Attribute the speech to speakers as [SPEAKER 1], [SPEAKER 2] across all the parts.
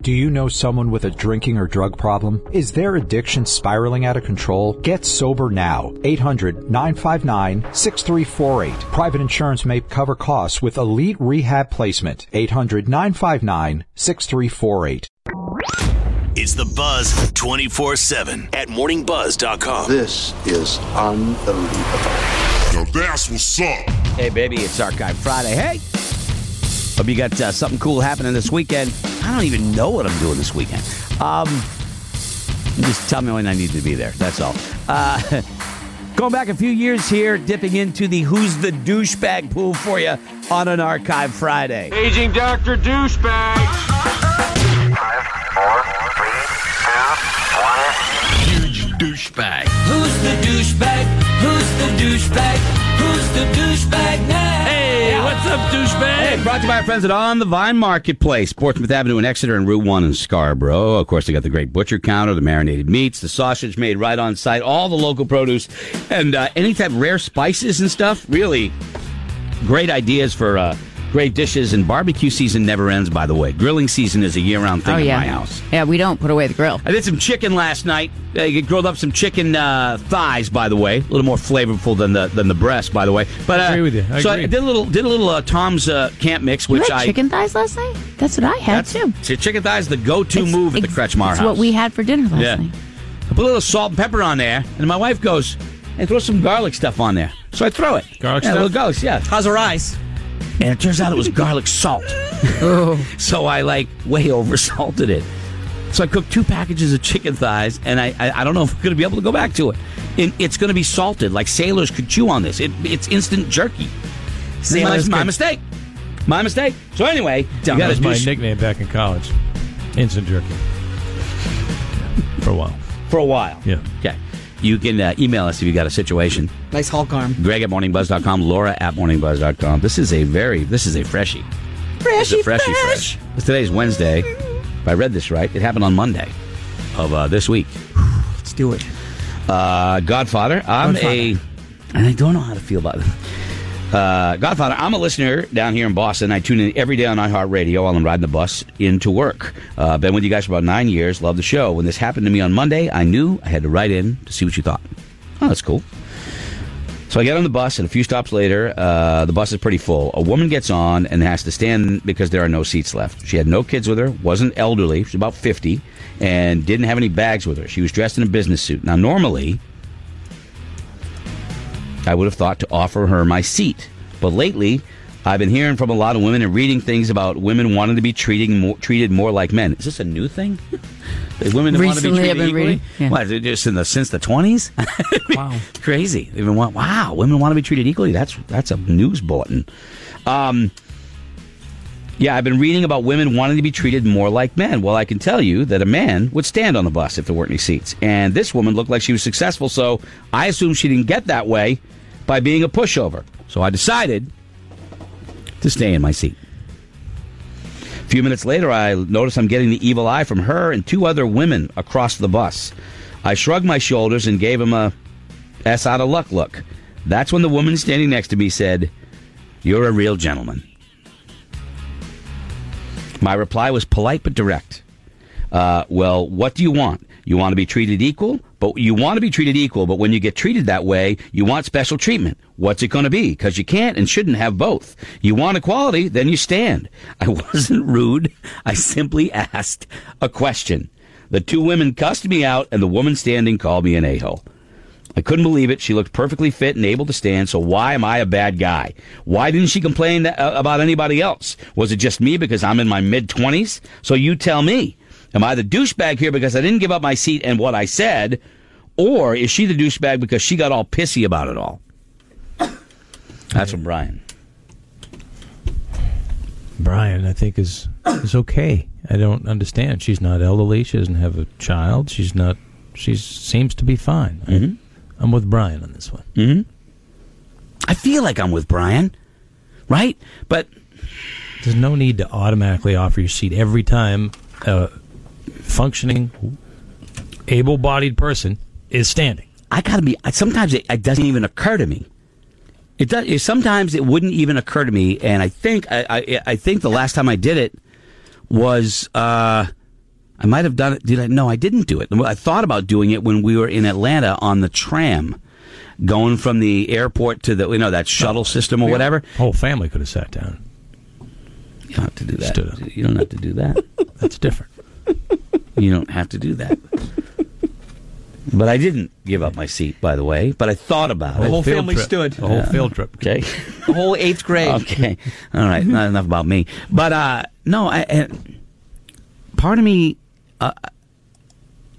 [SPEAKER 1] Do you know someone with a drinking or drug problem? Is their addiction spiraling out of control? Get sober now. 800 959 6348. Private insurance may cover costs with elite rehab placement. 800 959 6348.
[SPEAKER 2] It's the Buzz 24 7 at morningbuzz.com.
[SPEAKER 3] This is unbelievable.
[SPEAKER 4] Now that's what's up.
[SPEAKER 5] Hey, baby, it's Archive Friday. Hey! Hope you got uh, something cool happening this weekend. I don't even know what I'm doing this weekend. Um, just tell me when I need to be there. That's all. Uh, going back a few years here, dipping into the Who's the Douchebag pool for you on an Archive Friday.
[SPEAKER 6] Aging Dr. Douchebag.
[SPEAKER 7] Who's the douchebag? Who's the douchebag? Who's the douchebag now? Hey, what's up, douchebag?
[SPEAKER 5] Hey, brought to you by our friends at On the Vine Marketplace, Portsmouth Avenue in Exeter and Route 1 in Scarborough. Of course, they got the great butcher counter, the marinated meats, the sausage made right on site, all the local produce, and uh, any type of rare spices and stuff. Really great ideas for uh, great dishes, and barbecue season never ends, by the way. Grilling season is a year round thing
[SPEAKER 8] oh
[SPEAKER 5] in
[SPEAKER 8] yeah.
[SPEAKER 5] my house.
[SPEAKER 8] Yeah, we don't put away the grill.
[SPEAKER 5] I did some chicken last night. I grilled up some chicken uh, thighs, by the way. A little more flavorful than the than the breast, by the way. But uh,
[SPEAKER 9] Agree with you. I
[SPEAKER 5] so I
[SPEAKER 9] agree.
[SPEAKER 5] did a little did a little uh, Tom's uh, camp mix,
[SPEAKER 8] You
[SPEAKER 5] which
[SPEAKER 8] had
[SPEAKER 5] I
[SPEAKER 8] chicken thighs last night? That's what I had
[SPEAKER 5] that's
[SPEAKER 8] too.
[SPEAKER 5] see, chicken thighs is the go to
[SPEAKER 8] It's-
[SPEAKER 5] move at the
[SPEAKER 8] it's-
[SPEAKER 5] Kretschmar
[SPEAKER 8] it's
[SPEAKER 5] house.
[SPEAKER 8] what we had for dinner last
[SPEAKER 5] Yeah.
[SPEAKER 8] night.
[SPEAKER 5] I put a little salt and pepper on there, and my wife goes and throw some garlic stuff on there. So I throw it.
[SPEAKER 9] Garlic
[SPEAKER 5] yeah,
[SPEAKER 9] stuff?
[SPEAKER 5] Little garlic, yeah.
[SPEAKER 7] How's her eyes?
[SPEAKER 5] And it turns out it was garlic salt.
[SPEAKER 9] Oh.
[SPEAKER 5] so I like way over salted it. So I cooked two packages of chicken thighs, and I I, I don't know if I'm going to be able to go back to it. And it's going to be salted. Like sailors could chew on this. It, it's instant jerky.
[SPEAKER 7] Sailors
[SPEAKER 5] my, my
[SPEAKER 7] could-
[SPEAKER 5] mistake. My mistake. So anyway, you
[SPEAKER 9] That
[SPEAKER 5] gotta
[SPEAKER 9] was
[SPEAKER 5] do
[SPEAKER 9] my
[SPEAKER 5] sh-
[SPEAKER 9] nickname back in college. Instant jerky. For a while.
[SPEAKER 5] for a while.
[SPEAKER 9] Yeah.
[SPEAKER 5] Okay. You can uh, email us if you got a situation.
[SPEAKER 7] Nice Hulk arm.
[SPEAKER 5] Greg at morningbuzz.com, Laura at morningbuzz.com. This is a very, this is a freshie. This is a freshie fresh. Because Today's Wednesday. If I read this right, it happened on Monday of uh, this week.
[SPEAKER 7] Let's do it.
[SPEAKER 5] Uh, Godfather, I'm a, and I don't know how to feel about it. Uh, Godfather, I'm a listener down here in Boston. I tune in every day on iHeartRadio while I'm riding the bus into work. Uh, been with you guys for about nine years. Love the show. When this happened to me on Monday, I knew I had to write in to see what you thought. Oh, that's cool. So I get on the bus, and a few stops later, uh, the bus is pretty full. A woman gets on and has to stand because there are no seats left. She had no kids with her, wasn't elderly, she's about 50, and didn't have any bags with her. She was dressed in a business suit. Now, normally, I would have thought to offer her my seat. But lately, I've been hearing from a lot of women and reading things about women wanting to be treating more, treated more like men. Is this a new thing? That women want to be
[SPEAKER 8] Recently,
[SPEAKER 5] treated
[SPEAKER 8] I've been
[SPEAKER 5] equally?
[SPEAKER 8] reading, yeah.
[SPEAKER 5] What, is it just in the since the 20s?
[SPEAKER 9] Wow.
[SPEAKER 5] Crazy. They even want wow, women want to be treated equally. That's that's a news bulletin. Um yeah, I've been reading about women wanting to be treated more like men. Well, I can tell you that a man would stand on the bus if there weren't any seats. And this woman looked like she was successful, so I assume she didn't get that way by being a pushover. So I decided to stay in my seat. A few minutes later, I notice I'm getting the evil eye from her and two other women across the bus. I shrugged my shoulders and gave him a S out of luck look. That's when the woman standing next to me said, You're a real gentleman. My reply was polite but direct. Uh, well, what do you want? You want to be treated equal, but you want to be treated equal, but when you get treated that way, you want special treatment. What's it going to be? Because you can't and shouldn't have both. You want equality, then you stand. I wasn't rude. I simply asked a question. The two women cussed me out, and the woman standing called me an a hole. I couldn't believe it. She looked perfectly fit and able to stand, so why am I a bad guy? Why didn't she complain uh, about anybody else? Was it just me because I'm in my mid 20s? So you tell me. Am I the douchebag here because I didn't give up my seat and what I said? Or is she the douchebag because she got all pissy about it all? That's from Brian.
[SPEAKER 9] Brian, I think, is is okay. I don't understand. She's not elderly. She doesn't have a child. She's not. She seems to be fine. I, am with Brian on this one.
[SPEAKER 5] I feel like I'm with Brian, right? But
[SPEAKER 9] There's no need to automatically offer your seat every time a functioning, able-bodied person is standing.
[SPEAKER 5] I gotta be. I, sometimes it, it doesn't even occur to me. It does. It, sometimes it wouldn't even occur to me, and I think I, I, I think the last time I did it was uh, I might have done it. Did I? No, I didn't do it. I thought about doing it when we were in Atlanta on the tram, going from the airport to the you know that shuttle system or whatever.
[SPEAKER 9] Whole family could have sat down.
[SPEAKER 5] You don't have to do that.
[SPEAKER 9] Stood up.
[SPEAKER 5] You don't have to do that.
[SPEAKER 9] That's different.
[SPEAKER 5] You don't have to do that. But I didn't give up my seat, by the way. But I thought about it.
[SPEAKER 9] whole
[SPEAKER 10] field
[SPEAKER 9] family
[SPEAKER 10] trip.
[SPEAKER 9] stood. The whole field trip.
[SPEAKER 5] Okay.
[SPEAKER 10] The whole eighth grade.
[SPEAKER 5] okay. All right. Not enough about me. But uh, no, I, and part of me, uh,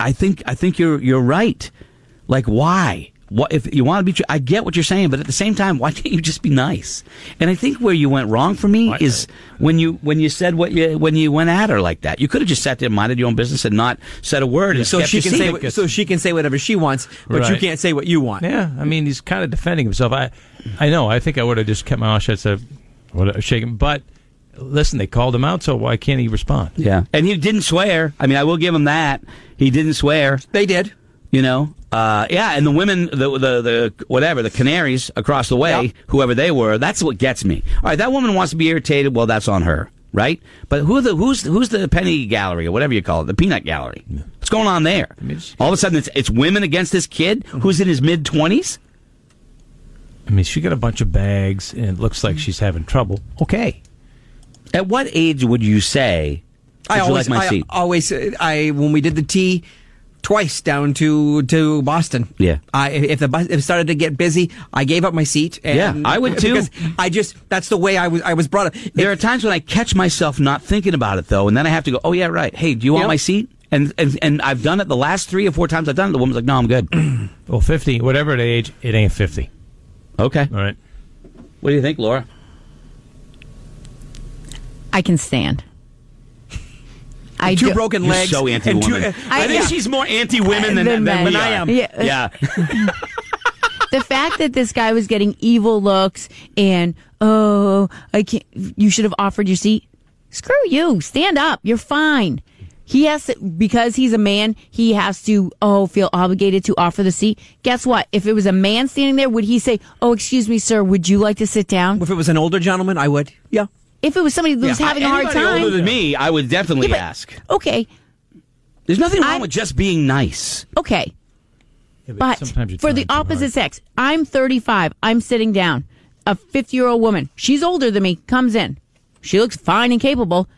[SPEAKER 5] I think I think you're you're right. Like, why? What if you want to be? tr- I get what you're saying, but at the same time, why can't you just be nice? And I think where you went wrong for me is when you when you said what you when you went at her like that. You could have just sat there, and minded your own business, and not said a word. And
[SPEAKER 10] So
[SPEAKER 5] kept
[SPEAKER 10] she
[SPEAKER 5] your
[SPEAKER 10] can
[SPEAKER 5] seat.
[SPEAKER 10] say what, so she can say whatever she wants, but you
[SPEAKER 9] Right.
[SPEAKER 10] can't say what you want.
[SPEAKER 9] Yeah, I mean, he's kind of defending himself. I, I know. I think I would have just kept my mouth shut, said, "What?" Shake him. But listen, they called him out, so why can't he respond?
[SPEAKER 5] Yeah, and he didn't swear. I mean, I will give him that. He didn't swear.
[SPEAKER 10] They did.
[SPEAKER 5] You know, uh, yeah. And the women, the, the the whatever, the canaries across the way,
[SPEAKER 10] Yeah.
[SPEAKER 5] whoever they were, that's what gets me. All right, that woman wants to be irritated. Well, that's on her, right? But who the who's who's the penny gallery or whatever you call it, the peanut gallery? What's going on there? All of a sudden, it's it's women against this kid who's in his mid twenties.
[SPEAKER 9] I mean, she got a bunch of bags, and it looks like she's having trouble. Okay,
[SPEAKER 5] At what age would you say?
[SPEAKER 10] I
[SPEAKER 5] "Would you
[SPEAKER 10] always,
[SPEAKER 5] like my
[SPEAKER 10] I
[SPEAKER 5] seat.
[SPEAKER 10] always, uh, I when we did the tea twice down to to Boston.
[SPEAKER 5] Yeah.
[SPEAKER 10] I if the bus if it started to get busy, I gave up my seat. And
[SPEAKER 5] Yeah, I would too.
[SPEAKER 10] Because I just that's the way I was I was brought up.
[SPEAKER 5] There are times when I catch myself not thinking about it though, and then I have to go, "Oh yeah, right. Hey, do you want
[SPEAKER 10] Yep.
[SPEAKER 5] my seat?" And, and and I've done it the last three or four times I've done it. The woman's like, "No, I'm good."
[SPEAKER 9] well, fifty, whatever the age, it ain't fifty.
[SPEAKER 5] okay.
[SPEAKER 9] All right.
[SPEAKER 5] What do you think, Laura?
[SPEAKER 8] I can stand. I
[SPEAKER 10] two
[SPEAKER 8] do-
[SPEAKER 10] broken
[SPEAKER 5] You're
[SPEAKER 10] legs.
[SPEAKER 5] so
[SPEAKER 10] and two-
[SPEAKER 5] anti-woman.
[SPEAKER 8] I-
[SPEAKER 5] think
[SPEAKER 8] yeah.
[SPEAKER 5] she's more anti-women than than,
[SPEAKER 8] Than men.
[SPEAKER 5] than we
[SPEAKER 8] I
[SPEAKER 5] are.
[SPEAKER 8] am. Yeah. the fact that this guy was getting evil looks and oh i can't you should have offered your seat screw you stand up you're fine he has to because he's a man he has to oh feel obligated to offer the seat guess what if it was a man standing there would he say oh excuse me sir would you like to sit down
[SPEAKER 10] If it was an older gentleman, I would. Yeah.
[SPEAKER 8] if it was somebody who was
[SPEAKER 5] Yeah.
[SPEAKER 8] having a hard
[SPEAKER 5] Anybody
[SPEAKER 8] time
[SPEAKER 5] older than me, I would definitely
[SPEAKER 8] Yeah, but-
[SPEAKER 5] ask.
[SPEAKER 8] okay
[SPEAKER 5] There's nothing wrong
[SPEAKER 8] I-
[SPEAKER 5] with just being nice.
[SPEAKER 8] okay
[SPEAKER 9] Yeah,
[SPEAKER 8] But
[SPEAKER 9] sometimes you're
[SPEAKER 8] for the
[SPEAKER 9] trying too
[SPEAKER 8] opposite
[SPEAKER 9] hard.
[SPEAKER 8] sex, I'm 35. I'm sitting down. A 50 year old woman, she's older than me, comes in. She looks fine and capable.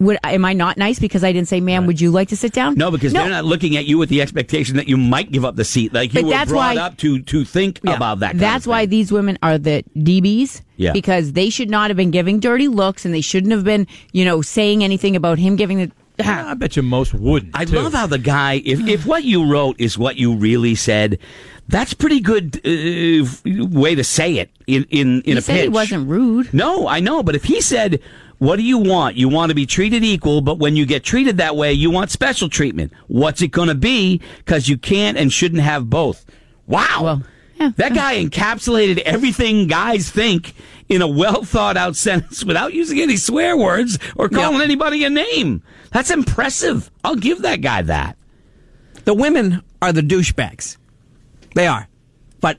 [SPEAKER 8] Would am I not nice because I didn't say, "Ma'am, would you like to sit down?"
[SPEAKER 5] No, because they're not looking at you with the expectation that you might give up the seat. Like you
[SPEAKER 8] But
[SPEAKER 5] were
[SPEAKER 8] that's
[SPEAKER 5] brought
[SPEAKER 8] why-
[SPEAKER 5] up to to think about that. kind of
[SPEAKER 8] That's why
[SPEAKER 5] thing.
[SPEAKER 8] these women are the DBs.
[SPEAKER 5] Yeah.
[SPEAKER 8] Because they should not have been giving dirty looks, and they shouldn't have been, you know, saying anything about him giving the.
[SPEAKER 9] I bet you most wouldn't.
[SPEAKER 5] I
[SPEAKER 9] too.
[SPEAKER 5] love how the guy, if, if what you wrote is what you really said, that's pretty good uh, f- way to say it in in, in
[SPEAKER 8] he
[SPEAKER 5] a
[SPEAKER 8] said
[SPEAKER 5] pitch.
[SPEAKER 8] he wasn't rude.
[SPEAKER 5] No, I know, but if he said, "What do you want? You want to be treated equal, but when you get treated that way, you want special treatment. What's it going to be? Because you can't and shouldn't have both." Wow.
[SPEAKER 8] Well, yeah.
[SPEAKER 5] that guy encapsulated everything guys think in a well thought out sentence without using any swear words or calling anybody a name. That's impressive. I'll give that guy that.
[SPEAKER 10] The women are the douchebags. They are. But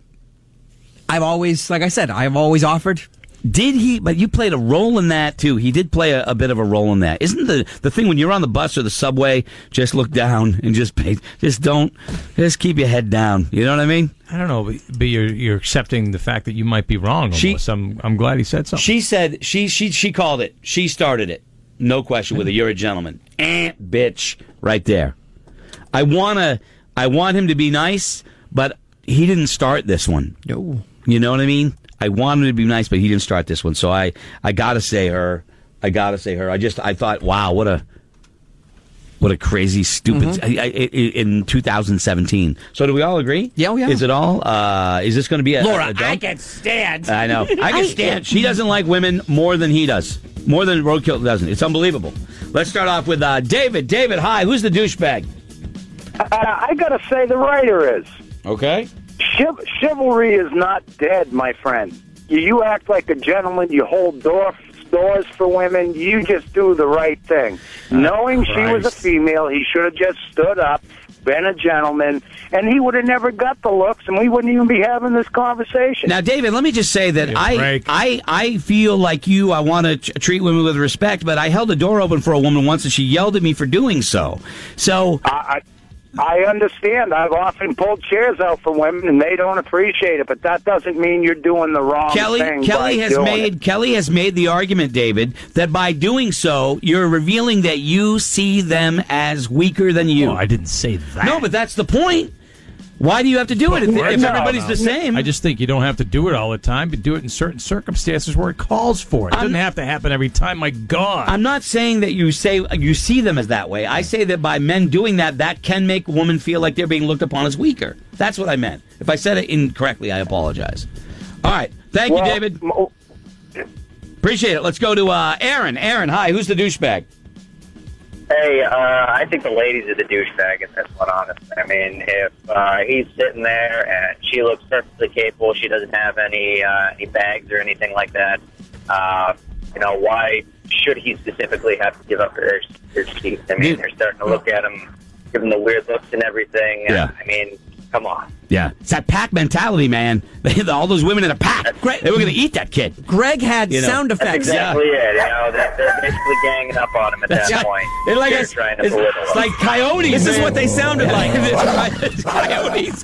[SPEAKER 10] I've always, like I said, I've always offered.
[SPEAKER 5] Did he? But you played a role in that too. He did play a, a bit of a role in that. Isn't the the thing when you're on the bus or the subway? Just look down and just pay. Just don't. Just keep your head down. You know what I mean?
[SPEAKER 9] I don't know, but- but you're you're accepting the fact that you might be wrong.
[SPEAKER 5] She-
[SPEAKER 9] Almost. I'm I'm glad he said something.
[SPEAKER 5] She said she she she called it. She started it. No question. With a you're a gentleman. Eh, bitch. Right there. I wanna. I want him to be nice, but he didn't start this one.
[SPEAKER 10] No.
[SPEAKER 5] You know what I mean? I wanted to be nice, but he didn't start this one. So I, I gotta say her. I gotta say her. I just I thought, wow, what a what a crazy stupid
[SPEAKER 10] Mm-hmm.
[SPEAKER 5] I, I, I- in 2017. So do we all agree?
[SPEAKER 10] Yeah, oh, yeah.
[SPEAKER 5] Is it all? Uh, is this going to be a
[SPEAKER 10] Laura,
[SPEAKER 5] A
[SPEAKER 10] I
[SPEAKER 5] dump?
[SPEAKER 10] can stand.
[SPEAKER 5] I know. I can stand. She doesn't like women more than he does. More than Roadkill doesn't. It's unbelievable. Let's start off with uh, David. David, hi. Who's the douchebag?
[SPEAKER 11] I gotta say, the writer is.
[SPEAKER 5] Okay.
[SPEAKER 11] Chiv- chivalry is not dead, my friend. You, you act like a gentleman. You hold door, doors for women. You just do the right thing. Knowing she was a female, he should have just stood up, been a gentleman, and he would have never got the looks, and we wouldn't even be having this conversation.
[SPEAKER 5] Now, David, let me just say that I, I I feel like you. I want to t- treat women with respect, but I held the door open for a woman once, and she yelled at me for doing so. So
[SPEAKER 11] I, I understand. I've often pulled chairs out for women, and they don't appreciate it. But that doesn't mean you're doing the wrong
[SPEAKER 5] Kelly
[SPEAKER 11] thing.
[SPEAKER 5] Kelly
[SPEAKER 11] by
[SPEAKER 5] has
[SPEAKER 11] doing
[SPEAKER 5] made
[SPEAKER 11] it.
[SPEAKER 5] Kelly has made the argument, David, that by doing so, you're revealing that you see them as weaker than you. Oh, I
[SPEAKER 9] Oh, didn't say that.
[SPEAKER 5] No, but that's the point. Why do you have to do it if, if everybody's the same?
[SPEAKER 9] I just think you don't have to do it all the time, but do it in certain circumstances where it calls for it. It doesn't have to happen every time. My God.
[SPEAKER 5] I'm not saying that you say you see them as that way. I say that by men doing that, that can make a woman feel like they're being looked upon as weaker. That's what I meant. If I said it incorrectly, I apologize. All right, thank you, David.
[SPEAKER 12] oh,
[SPEAKER 5] Appreciate it. Let's go to uh, Aaron. Aaron, hi. Who's the douchebag?
[SPEAKER 12] Hey, uh, I think the ladies are the douchebag in this one, honestly. I mean, if uh, he's sitting there and she looks perfectly capable, she doesn't have any uh, any bags or anything like that. Uh, you know, why should he specifically have to give up his his seat? I mean, they're starting to look at him, give him the weird looks and everything.
[SPEAKER 5] Yeah.
[SPEAKER 12] I mean, come on.
[SPEAKER 5] Yeah, it's that pack mentality, man. All those women in a pack. Great. They were going to eat that kid.
[SPEAKER 10] Greg had
[SPEAKER 5] You know.
[SPEAKER 10] sound
[SPEAKER 5] That's
[SPEAKER 10] effects.
[SPEAKER 12] Exactly it. You know, they're, they're basically ganging up on him at that
[SPEAKER 5] That's right.
[SPEAKER 12] point.
[SPEAKER 5] They're like
[SPEAKER 12] they're
[SPEAKER 5] us-
[SPEAKER 12] trying to
[SPEAKER 5] it's-
[SPEAKER 12] belittle
[SPEAKER 5] it's
[SPEAKER 12] him.
[SPEAKER 5] like coyotes.
[SPEAKER 10] This is
[SPEAKER 5] man.
[SPEAKER 10] what they sounded
[SPEAKER 5] Yeah.
[SPEAKER 10] like.
[SPEAKER 5] It's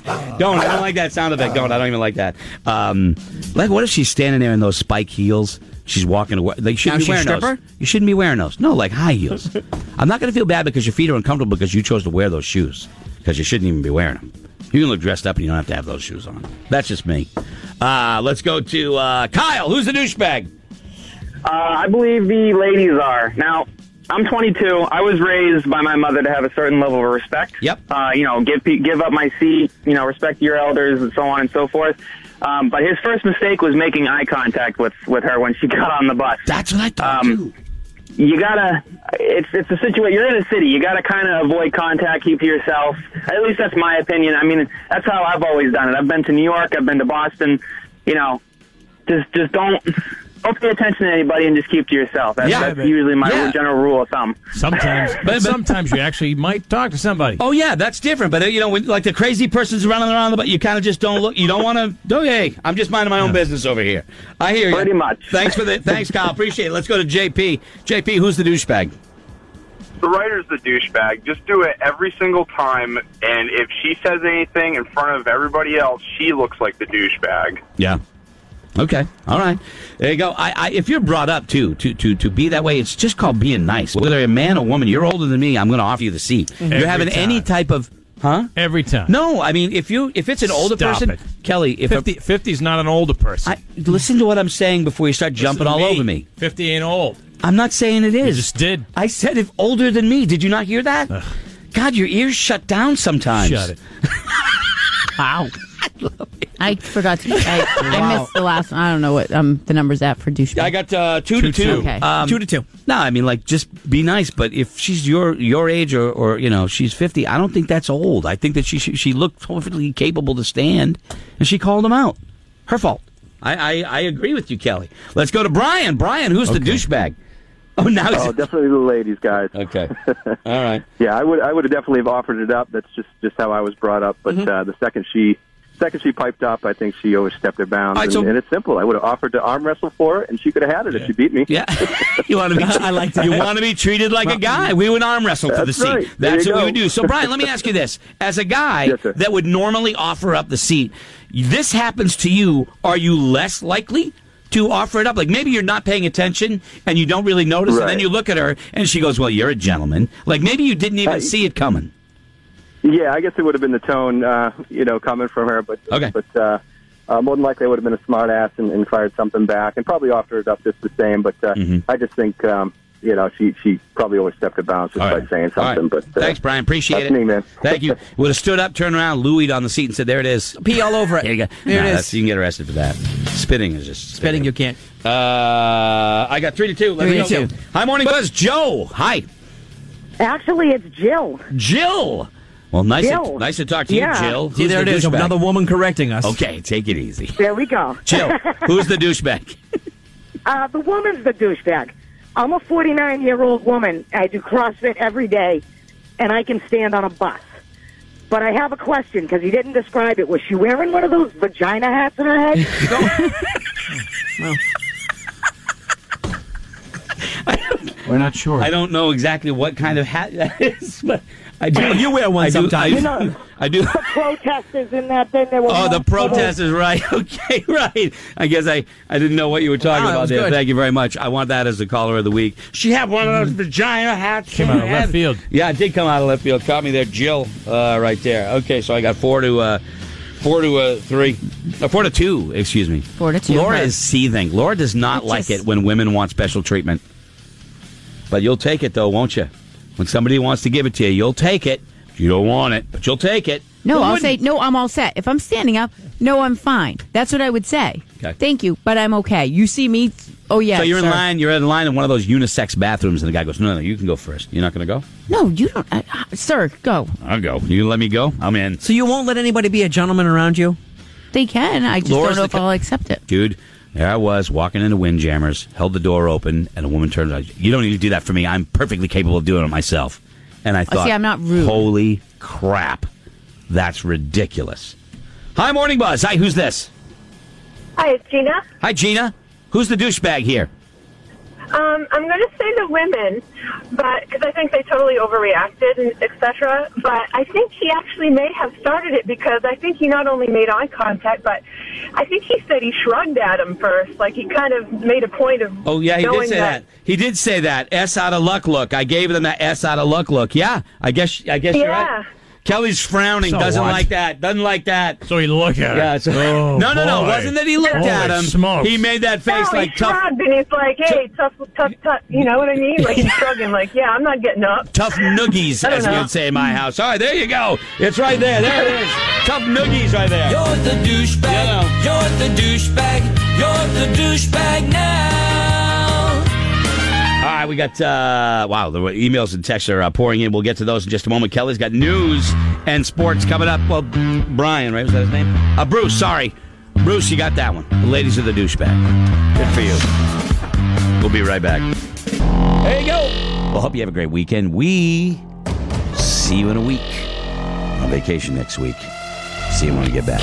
[SPEAKER 5] coyotes. Don't. I don't like that sound effect. Don't. I don't even like that. Um, like, what if she's standing there in those spike heels? She's walking away. Like, you
[SPEAKER 10] Now
[SPEAKER 5] shouldn't
[SPEAKER 10] she's
[SPEAKER 5] be wearing
[SPEAKER 10] stripper?
[SPEAKER 5] those. You shouldn't be wearing those. No, like high heels. I'm not going to feel bad because your feet are uncomfortable because you chose to wear those shoes because you shouldn't even be wearing them. You can look dressed up and you don't have to have those shoes on. That's just me. Uh, let's go to uh, Kyle. Who's the douchebag?
[SPEAKER 13] Uh, I believe the ladies are. Now, I'm 22. I was raised by my mother to have a certain level of respect. Yep. Uh, you know, give pe- give up my seat. You know, respect your elders, and so on and so forth. Um, but his first mistake was making eye contact with with her when she got on the bus.
[SPEAKER 5] That's what I thought
[SPEAKER 13] um, You gotta. It's it's a situation. You're in a city. You gotta kind of avoid contact. Keep to yourself. At least that's my opinion. I mean, that's how I've always done it. I've been to New York. I've been to Boston. You know, just just don't don't pay attention to anybody and just keep to yourself. That's,
[SPEAKER 9] Yeah,
[SPEAKER 13] that's
[SPEAKER 9] but-
[SPEAKER 13] usually my
[SPEAKER 9] yeah.
[SPEAKER 13] general rule of thumb.
[SPEAKER 9] Sometimes, but sometimes you actually might talk to somebody.
[SPEAKER 5] Oh yeah, that's different. But uh, you know, when like the crazy person's running around, but you kind of just don't look. You don't want to. Oh, hey, I'm just minding my own business over here. I hear you. Pretty much. Thanks for the thanks, Kyle. Appreciate it. Let's go to JP. JP, who's the douchebag?
[SPEAKER 14] The writer's the douchebag. Just do it every single time, and if she says anything in front of everybody else, she looks like the douchebag.
[SPEAKER 5] Yeah. Okay. All right. There you go. I, I if you're brought up too to to to be that way, it's just called being nice. Whether you're a man or woman, you're older than me. I'm going to offer you the seat.
[SPEAKER 9] Every
[SPEAKER 5] You're having any type of huh?
[SPEAKER 9] Every time.
[SPEAKER 5] No, I mean if you if it's an older
[SPEAKER 9] Stop
[SPEAKER 5] person,
[SPEAKER 9] it.
[SPEAKER 5] Kelly, if
[SPEAKER 9] 50, 50's not an older person.
[SPEAKER 5] I, listen to what I'm saying before you start jumping
[SPEAKER 9] to
[SPEAKER 5] all
[SPEAKER 9] me.
[SPEAKER 5] over me.
[SPEAKER 9] 50 ain't old.
[SPEAKER 5] I'm not saying it is. You just did. I said if older than me. Did you not hear that? God, your ears shut down sometimes.
[SPEAKER 9] Shut it.
[SPEAKER 5] Wow.
[SPEAKER 8] I forgot to. I, I missed the last one. I don't know what um, the number's at for douchebag.
[SPEAKER 5] I got uh, two, to two.
[SPEAKER 8] Okay.
[SPEAKER 5] two to two. No, I mean like just be nice. But if she's your your age or, or you know she's fifty, I don't think that's old. I think that she she, she looked perfectly capable to stand, and she called him out. Her fault. I, I I agree with you, Kelly. Let's go to Brian. Brian, who's the douchebag? Oh, now he's-
[SPEAKER 15] oh, definitely the ladies, guys.
[SPEAKER 5] Okay, all right.
[SPEAKER 15] yeah, I would, I would have definitely have offered it up. That's just, just how I was brought up. But uh, the second she, second she piped up, I think she overstepped her bounds.
[SPEAKER 5] All right,
[SPEAKER 15] and,
[SPEAKER 5] so-
[SPEAKER 15] and it's simple. I would have offered to arm wrestle for her, and she could have had it if she beat me.
[SPEAKER 5] Yeah, you want to be I like that. You want to be treated like a guy. We would arm wrestle for the
[SPEAKER 15] That's
[SPEAKER 5] seat.
[SPEAKER 15] right. There
[SPEAKER 5] That's
[SPEAKER 15] you
[SPEAKER 5] what we
[SPEAKER 15] go.
[SPEAKER 5] would do. So Brian, let me ask you this. As a guy that would normally offer up the seat, this happens to you, are you less likely to offer it up? Like maybe you're not paying attention and you don't really notice and then
[SPEAKER 15] Right.
[SPEAKER 5] you look at her and she goes, "Well, you're a gentleman." Like maybe you didn't even see it coming.
[SPEAKER 15] Yeah, I guess it would have been the tone, uh, you know, coming from her. But
[SPEAKER 5] Okay.
[SPEAKER 15] but uh, uh, more than likely, I would have been a smart ass and, and fired something back, and probably offered it up just the same. But uh,
[SPEAKER 5] Mm-hmm.
[SPEAKER 15] I just think, um, you know, she she probably overstepped her bounds just by saying
[SPEAKER 5] All right.
[SPEAKER 15] something. But uh,
[SPEAKER 5] Thanks, Brian. Appreciate
[SPEAKER 15] that's
[SPEAKER 5] it.
[SPEAKER 15] me, man.
[SPEAKER 5] Thank you. Would have stood up, turned around, Louie'd on the seat, and said, "There it is."
[SPEAKER 10] Pee all over it.
[SPEAKER 5] There you go.
[SPEAKER 10] There
[SPEAKER 5] Nah,
[SPEAKER 10] it
[SPEAKER 5] that's-
[SPEAKER 10] is.
[SPEAKER 5] You can get arrested for that. Spitting is just spitting.
[SPEAKER 10] You can't.
[SPEAKER 5] Uh, I got three to two. Let
[SPEAKER 10] Three
[SPEAKER 5] me
[SPEAKER 10] to
[SPEAKER 5] go.
[SPEAKER 10] two.
[SPEAKER 5] Hi, morning buzz. Joe. Hi,
[SPEAKER 16] Actually, it's Jill.
[SPEAKER 5] Jill. Well, nice,
[SPEAKER 16] Jill.
[SPEAKER 5] To, nice to talk to you,
[SPEAKER 16] Yeah.
[SPEAKER 5] Jill.
[SPEAKER 10] See, there it is. Another
[SPEAKER 5] woman correcting us. Okay, take it easy.
[SPEAKER 16] There we go.
[SPEAKER 5] Jill, who's the douchebag?
[SPEAKER 16] Uh, the woman's the douchebag. I'm a 49 year old woman. I do CrossFit every day, and I can stand on a bus. But I have a question because he didn't describe it. Was she wearing one of those vagina hats on her head?
[SPEAKER 5] We're not sure. I don't know exactly what kind of hat that is, but I do.
[SPEAKER 10] You wear
[SPEAKER 5] I
[SPEAKER 10] one
[SPEAKER 5] do-
[SPEAKER 10] sometimes.
[SPEAKER 5] I do.
[SPEAKER 10] You know.
[SPEAKER 5] I do.
[SPEAKER 16] the protesters in that thing. They were
[SPEAKER 5] Oh, the
[SPEAKER 16] multiple-
[SPEAKER 5] protest is right. Okay, right. I guess I, I didn't know what you were talking
[SPEAKER 16] Wow, that
[SPEAKER 5] about
[SPEAKER 16] was
[SPEAKER 5] there.
[SPEAKER 16] good.
[SPEAKER 5] Thank you very much. I want that as the caller of the week. She had one of those vagina hats. Came out of left field. Yeah, it did come out of left field. Caught me there, Jill, uh, right there. Okay, so I got four to uh, four to uh, three, uh, four to two. Excuse me.
[SPEAKER 8] Four to two.
[SPEAKER 5] Laura
[SPEAKER 8] Her.
[SPEAKER 5] is seething. Laura does not
[SPEAKER 8] It
[SPEAKER 5] like
[SPEAKER 8] just-
[SPEAKER 5] it when women want special treatment. But you'll take it though, won't you? When somebody wants to give it to you, you'll take it. You don't want it, but you'll take it.
[SPEAKER 8] No,
[SPEAKER 5] Who
[SPEAKER 8] I'll
[SPEAKER 5] wouldn't?
[SPEAKER 8] say no. I'm all set. If I'm standing up, no, I'm fine. That's what I would say.
[SPEAKER 5] Okay.
[SPEAKER 8] Thank you, but I'm okay. You see me? Oh yeah.
[SPEAKER 5] so you're
[SPEAKER 8] sir.
[SPEAKER 5] in line. You're in line in one of those unisex bathrooms, and the guy goes, "No, no, you can go first. You're not going to go.
[SPEAKER 8] No, you don't, uh, uh, sir. Go.
[SPEAKER 5] I'll go. You let me go. I'm in."
[SPEAKER 10] So you won't let anybody be a gentleman around you?
[SPEAKER 8] They can. I just
[SPEAKER 5] Laura's
[SPEAKER 8] don't know
[SPEAKER 5] the
[SPEAKER 8] if I'll accept it.
[SPEAKER 5] Dude, there I was walking into Windjammers, held the door open, and a woman turned around. You don't need to do that for me. I'm perfectly capable of doing it myself. And I
[SPEAKER 8] Oh,
[SPEAKER 5] thought,
[SPEAKER 8] see, I'm not rude.
[SPEAKER 5] Holy crap, that's ridiculous. Hi, Morning Buzz. Hi, who's this?
[SPEAKER 17] Hi, it's Gina.
[SPEAKER 5] Hi, Gina. Who's the douchebag here?
[SPEAKER 17] Um, I'm going to say the women, but because I think they totally overreacted and etc. But I think he actually may have started it because I think he not only made eye contact, but I think he said he shrugged at him first, like he kind of made a point of.
[SPEAKER 5] Oh yeah, he
[SPEAKER 17] knowing
[SPEAKER 5] did say that. He did say that. S out of luck look. I gave them that S out of luck look. Yeah, I guess I guess you're
[SPEAKER 17] Yeah.
[SPEAKER 5] right. Kelly's frowning.
[SPEAKER 17] So
[SPEAKER 5] doesn't
[SPEAKER 17] what?
[SPEAKER 5] like that. Doesn't like that. So he looked
[SPEAKER 17] at
[SPEAKER 5] yeah,
[SPEAKER 17] it.
[SPEAKER 5] so-
[SPEAKER 17] Oh,
[SPEAKER 5] no, no, no. It
[SPEAKER 17] boy.
[SPEAKER 5] wasn't that he looked
[SPEAKER 17] Holy
[SPEAKER 5] at him.
[SPEAKER 17] smokes.
[SPEAKER 5] He made that
[SPEAKER 17] No,
[SPEAKER 5] face
[SPEAKER 17] he
[SPEAKER 5] like tough,
[SPEAKER 17] shrugged and he's like, "Hey, tough, tough, tough." You know what I mean? Like he's shrugging, like, "Yeah, I'm not getting up."
[SPEAKER 5] tough noogies,
[SPEAKER 17] I don't
[SPEAKER 5] as we
[SPEAKER 17] know.
[SPEAKER 5] would say in my house. All right, there you go. It's right there. There it is. Tough noogies right there.
[SPEAKER 7] You're the douchebag. You're the douchebag. You're the douchebag now.
[SPEAKER 5] All right, we got uh, wow. The emails and texts are uh, pouring in. We'll get to those in just a moment. Kelly's got news and sports coming up. Well, Brian, right? Was that his name? Uh, Bruce. Sorry, Bruce. You got that one. The ladies are the douchebag. Good for you. We'll be right back. There you go. Well, hope you have a great weekend. We see you in a week. On vacation next week. See you when we get back.